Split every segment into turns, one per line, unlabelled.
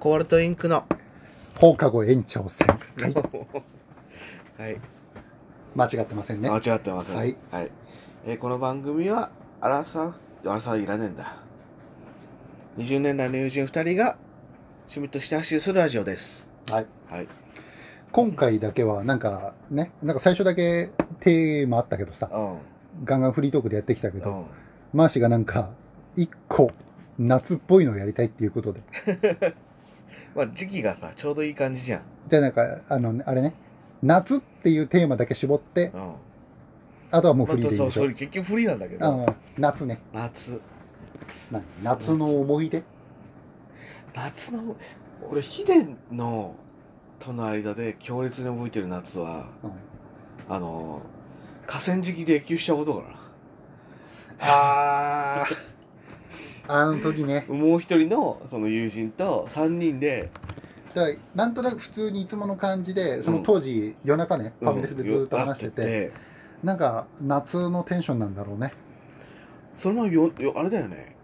コバルトインクの。
放課後延長戦。はい。
はい。
間違ってませんね。
間違ってません。
はい。
えーこの番組は、アラサー、アラサーいらねえんだ。20年来の友人2人が、趣味として発信するラジオです。
はい。
はい。
今回だけは、なんかね、なんか最初だけテーマあったけどさ、
うん。
ガンガンフリートークでやってきたけ
う
ど、
ん。
マーシがなんか、一個、夏っぽいのをやりたいっていうことで。
まあ、時期がさ、ちょうどいい感じじゃん。
じゃあなんか、あの、あれね、夏っていうテーマだけ絞って
う、ん。も
あとはもうフリーでいい
そう、
でしょ
そ。れ結局フリーなんだけ
あ
ど。
の夏ね。
夏。
何夏の思い出
夏の、俺、ヒデの、との間で強烈に覚えてる夏は、
うん
あのー、河川敷で野球したことかな。
ああ。 あの時ね。
もう一人のその友人と3人で、
だからなんとなく普通にいつもの感じで、そうの
ん
当時、夜中ね、ファミレスでずっと
よ
話してて、
会ってて
なんか夏のテンションなんだろうね。
そのままよよあれだよね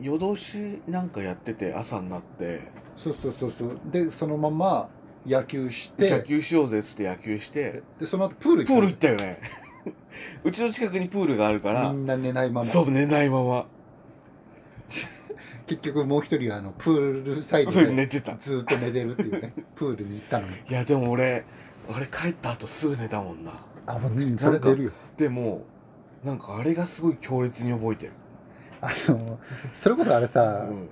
夜通しなんかやってて朝になって
そうそうそうそう。で、そのまま野球して、
野球しようぜっつって野球して
でその後プール
プール行ったよね うちの近くにプールがあるから、
みんな寝ないまま。
そう寝ないまま
結局もう一人はあのプールサイド
そう
で
寝てたい
ずっと寝てるってい うね、プールに行ったのに。
やでも俺俺帰った後すぐ寝たもんな
あ、もううんそれ出るよ。
でもなんかあれがすごい強烈に覚えてる、
あの、それこそあれ
う
さ、
ん、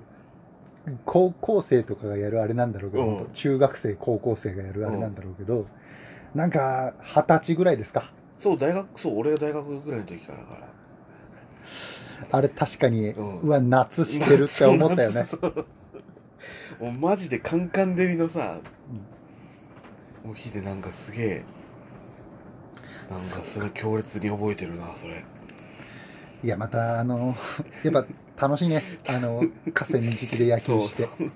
高校生とかがやるあれなんだろうけど、
うん
中学生高校生がやるあれなんだろうけど、なんか二十歳ぐらいですか
そう大学そう俺が大学ぐらいの時からだから
あれ確かに、う
うん
わ夏してるって思ったよ ね
そうそうもうマジでカンカン照りのさ、もう火でなんかすげえなんかすごい強烈に覚えてるなそれ
いやまたあのやっぱ楽しいねあの河川敷で野球して
そう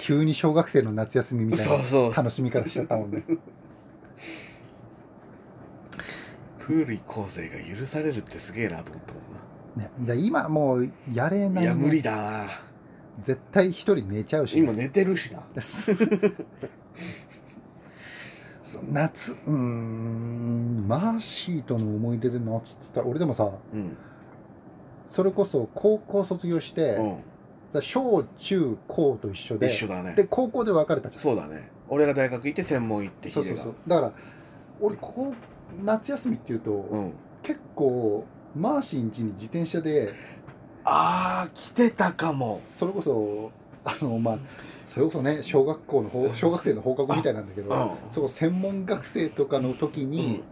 急に小学生の夏休みみたい
そう
な
そう
楽しみ方しちゃったもんね
プール行こうぜが許されるってすげえなと思ったも
ねいや今もうやれ
ん
な,、
ないい
ね、
や無理だな
絶対一人寝ちゃうしね、
今寝てるしな
そう夏うーんマーシーとの思い出で夏っつったら俺でもさ
うん
それこそ高校卒業して、
う
だか
ん
ら小中高と一緒で
一緒だね
で高校で別れたじゃん
そうだね俺が大学行って専門行って
そ
ヒデ
うそう
が
そうだから俺ここ夏休みっていうと、
うん
結構マーシーん家に自転車で
ああ来てたかも
それこそあのまあそれこそね小学校の方小学生の放課後みたいなんだけど、
うん
その専門学生とかの時に、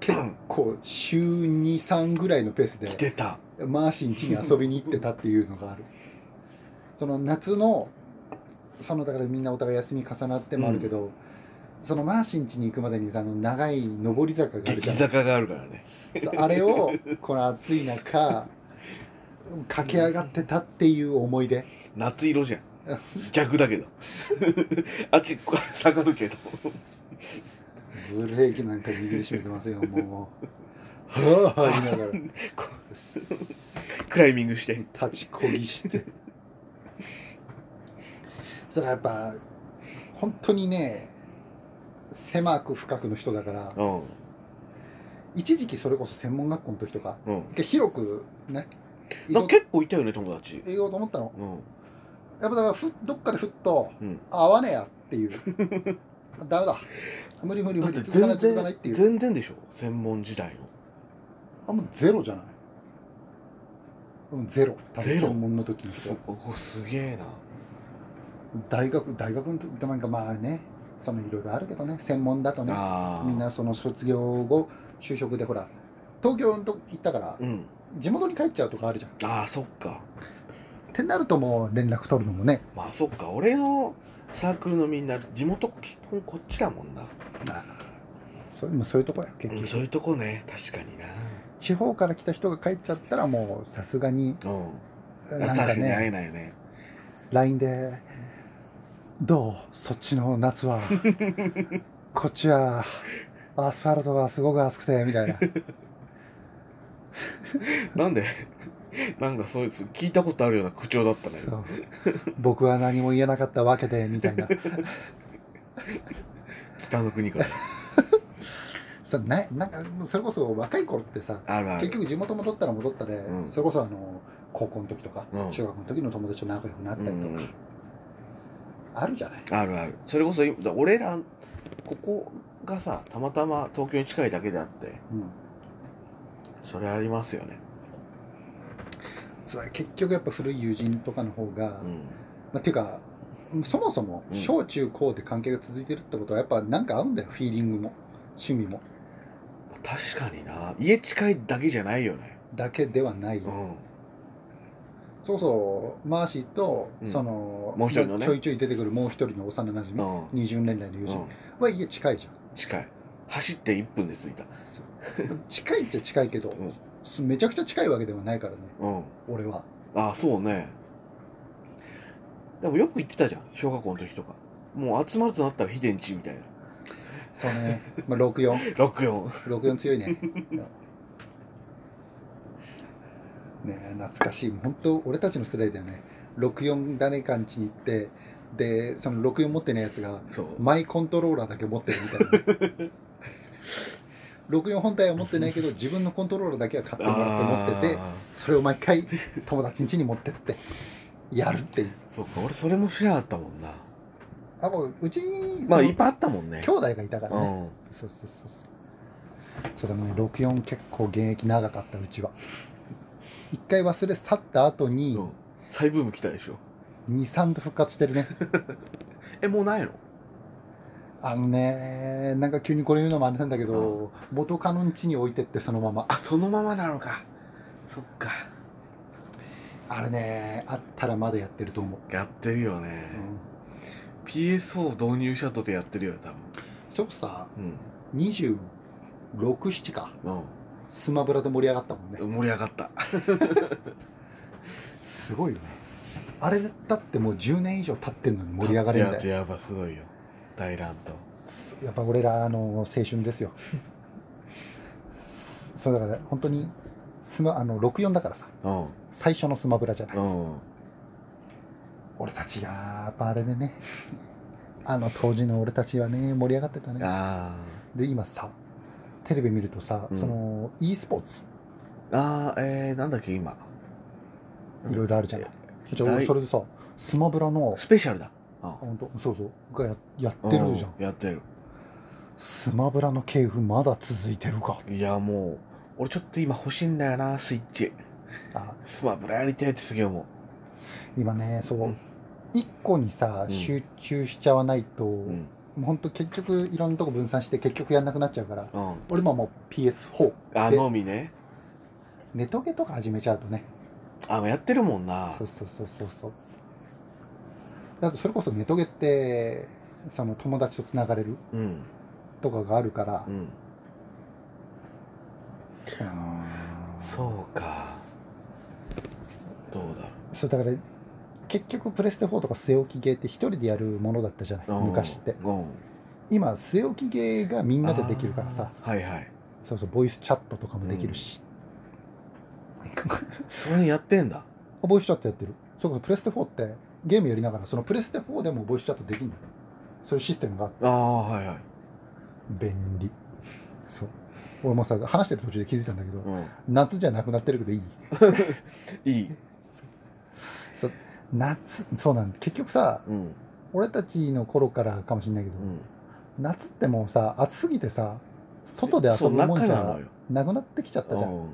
結
うん
構週23ぐらいのペース
来て
で
た
マーシーん家に遊びに行ってたっていうのがあるその夏のそのだからみんなお互い休み重なってもあるけど、そのマーシーん家に行くまでにさあの長い上り坂があ
激
るじゃん
坂があるからね
そうあれをこの暑い中駆け上がってたっていう思い出
夏色じゃん逆だけど あっちこう下がるけど
ブレーキなんか握りしめてますよもうはぁはぁ言いながら
こクライミングして
立ちこぎして それはやっぱ本当にね狭く深くの人だから
うん
一時期それこそ専門学校の時とか
うん
一回広くね行
な
こ
ん
う
か結構いたよね友達
行こうと思ったの
うん
やっぱだからふどっかでふっと
うん
合わねえやっていう ダメだ無理無理
だ
無
って
理続かな
全
い続かない
然
っていう
全然でしょ専門時代
あもうゼロじゃないうんゼロ多分
ゼロ
専門の時
の
に
すおすげえな
大学大学の時ってなんかまあねそのいろいろあるけどね専門だとね
ああ
みんなその卒業後就職でほら東京のとこ行ったから
うん
地元に帰っちゃうとかあるじゃん
ああそっか
ってなるともう連絡取るのもね
まあそっか俺のサークルのみんな地元結婚こっちだもんな、
まあそれもそういうとこや結
うん、
局、
そういうとこね確かにな
地方から来た人が帰っちゃったらもうさすがに
うん
なん
確か
か
に
ね
会えないね
LINE で「どうそっちの 夏はこっちはアスファルトがすごく暑くて」みたいな
なんで なんかそうです聞いたことあるような口調だったね
そう僕は何も言えなかったわけでみ たいな
北の国から
さななんかそれこそ若い頃ってさ
あるあ
結
る
局地元戻ったら戻ったで、
うん
それこそあの高校の時とか、
うん
中学の時の友達と仲良くなったりとか、
うんうん
あるじゃない
あるあるそれこそ今だ俺らここがさたまたま東京に近いだけであって
うん
それありますよね
それは結局やっぱ古い友人とかの方が、
う
ま
ん
あ、っていうかそもそも
うん
小中高で関係が続いてるってことはやっぱなんか合うんだよフィーリングも趣味も
確かにな家近いだけじゃないよね
だけではないよ、
うん
そうそうマーシーと、
うん
その
もう一人のね
ちょいちょい出てくるもう一人の幼なじみ、
うん、
20年来の友
う
人
ん、
は家近いじゃん、
近い走って1分で着いた
近いっちゃ近いけど、
うん
めちゃくちゃ近いわけではないからね
うん
俺は
ああそうねでもよく行ってたじゃん小学校の時とかもう集まるとなったら秘伝地みたいな
そうね、まあ、6464
64
強いねねえ懐かしい本当俺たちの世代だよね64誰かんちに行ってでその64持ってないやつが
そう
マイコントローラーだけ持ってるみたい な64本体は持ってないけど自分のコントローラーだけは買ってもらって持ってて
あ
それを毎回友達ん家に持ってってやるっていう
ーそうか俺それも知らなかったもんな
あもううちに
まあ
その
いっぱいあったもんね
兄弟がいたからね、
うん
そうそうそうそうそうでもね64結構現役長かったうちは一回忘れ去った後に
うん再ブーム来たでしょ
23度復活してるね
えもうないの
あのねなんか急にこれ言うのもあれなんだけど元カノん家に置いてってそのまま
あそのままなのかそっか
あれねあったらまだやってると思う、
やってるよね
う、ん、
PSO 導入したとてやってるよね多
そこさ
分
267か
うん、うん
スマブラで盛り上がったもんね
盛り上がった
すごいよねあれだってもう10年以上経ってんのに盛り上がれんだよ
いややばすごいよ大乱闘
やっぱ俺らの青春ですよそうだから本当にスマあの64だからさ
う
最初のスマブラじゃない、
んうん
俺たちがやっぱあれでねあの当時の俺たちはね盛り上がってたね
あ
で今さテレビ見るとさ、
うん
その e スポーツ
ーあーえー、なんだっけ今
いろいろあるじゃない、じゃあ
大
俺それでさスマブラの
スペシャルだ
あ本当そうそうがややってるじゃん
うやってる
スマブラの系譜まだ続いてるか
いやもう俺ちょっと今欲しいんだよなスイッチ
あ
スマブラやりてえってすげえ思
今ねそう、
うん
一個にさ
うん
集中しちゃわないと、
ううん
本当結局いろんなとこ分散して結局やんなくなっちゃうから
うん
俺ももう PS4
あ
で
のみね
ネトゲとか始めちゃうとね
あやってるもんな
そうそうそうそうそうだとそれこそネトゲってその友達とつながれる
うん
とかがあるから、
うんそうかどうだろ、
うそうだから結局プレステ4とか据え置きゲーって一人でやるものだったじゃないう
うん
昔って
うん
今据え置きゲーがみんなでできるからさ
あーはいはい
そうそうボイスチャットとかもできるし、
それにやってんだ
ボイスチャットやってる。そうか、プレステ4ってゲームやりながら、そのプレステ4でもボイスチャットできるんだよ。そういうシステムがあって
ああはいはい
便利。そう。俺もさ、話してる途中で気づいたんだけど、
うん
夏じゃなくなってるけどいい
いい
夏、そうなんだ。結局さ、
うん
俺たちの頃からかもしれないけど、
うん
夏ってもうさ、暑すぎてさ、外で遊ぶもんじ
そう中な
ゃ
のよ
なくなってきちゃったじゃん。
うん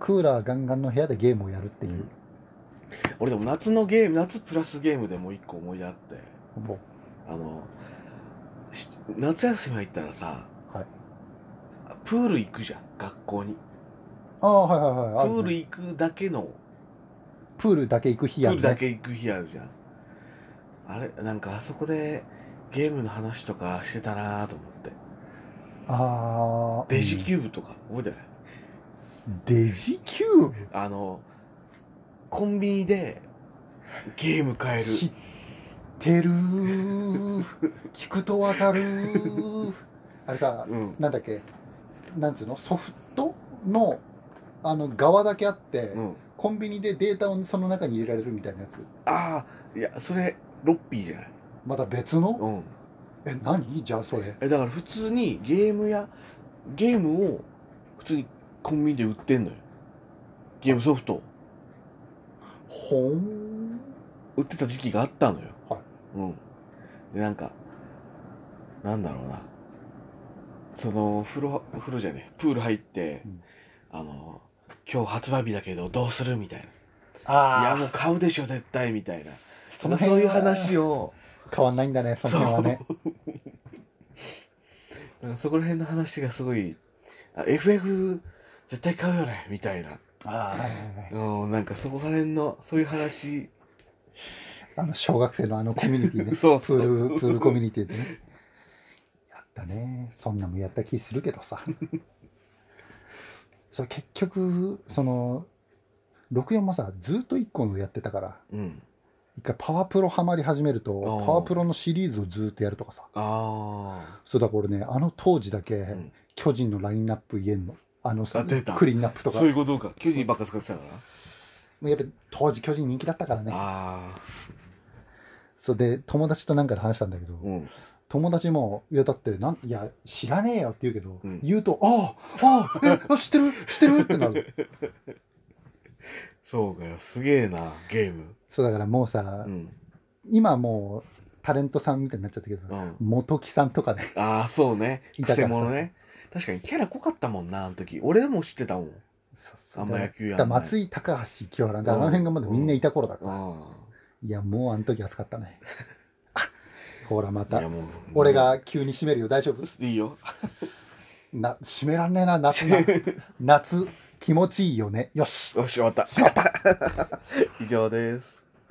クーラーガンガンの部屋でゲームをやるっていう。
俺でも夏のゲーム夏プラスゲームでもう一個思い出あって
も
あのし夏休み入ったらさ、
はい
プール行くじゃん学校に
うああ、はいはい
プ
はい。ある
ール
ね
行くだけの
プールだけ行く
プ
日や
ー
る
ル
ね
だけ行く日あるじゃん、あれなんかあそこでゲームの話とかしてたなと思って
ああ。
デジキューブとか覚えてない、
デジキューブ
あのコンビニでゲーム買える
知ってるー聞くとわかる ーあれさ
うん
なんだっけなんつうのソフトのあの側だけあって、
うん
コンビニでデータをその中に入れられるみたいなやつ
ああいやそれロッピーじゃない
また別の
うん
え何じゃあそれ
えだから普通にゲームやゲームを普通にコンビニで売ってんのよゲームソフトを
ほん
売ってた時期があったのよ、
はい
うんでなんかなんだろうなその風呂風呂じゃねえプール入って、
うん
あの今日発売日だけどどうするみたいな
あ
いや
あ
もう買うでしょ絶対みたいな
そ
そういう話
を
を
変わんないんだねその辺はね
なんかそこら辺の話がすごいあ FF 絶対買うよねみたいな
あーはいはいはい
うんなんかそこら辺のそういう話
あの小学生のあのコミュニティ ね
そうそう
プールプールコミュニティでねやったねそんなもやった気するけどさ それ結局その64もさずっと1個のやってたから
うん
一回パワープロハマり始めると
ー
パワープロのシリーズをずっとやるとかさ
あ
そうだから俺ねあの当時だけ、
ん
巨人のラインナップ言えんのあの
あ出た
クリーンナップ
あ
とか
そういうことか巨人ばっか使ってたから
やっぱ当時巨人人気だったからね
ああ
それで友達となんかで話したんだけど、
うん
友達も「いやだってなんいや知らねえよ」って言うけど、
うん
言うと「ああああえあ知ってる 知ってる」ってなる
そうかよすげえなゲーム
そうだからもうさ、
うん
今もうタレントさんみたいになっちゃったけど、
うん
元木さんとかね
ああそうね
いたか
癖
らさ
者ね確かにキャラ濃かったもんなあの時俺も知ってたもん
そうそう
あんま野球や
だ
ん
か
ない
ら松井高橋清原であの辺がまだみんないた頃だから、
あ
いやもうあの時暑かったねあほらま
あい
た
やもう
俺が急に締めるよ大丈夫
いいよ
な締めらんねえな夏 な夏気持ちいいよねよし
よし終わった
しまった
以上です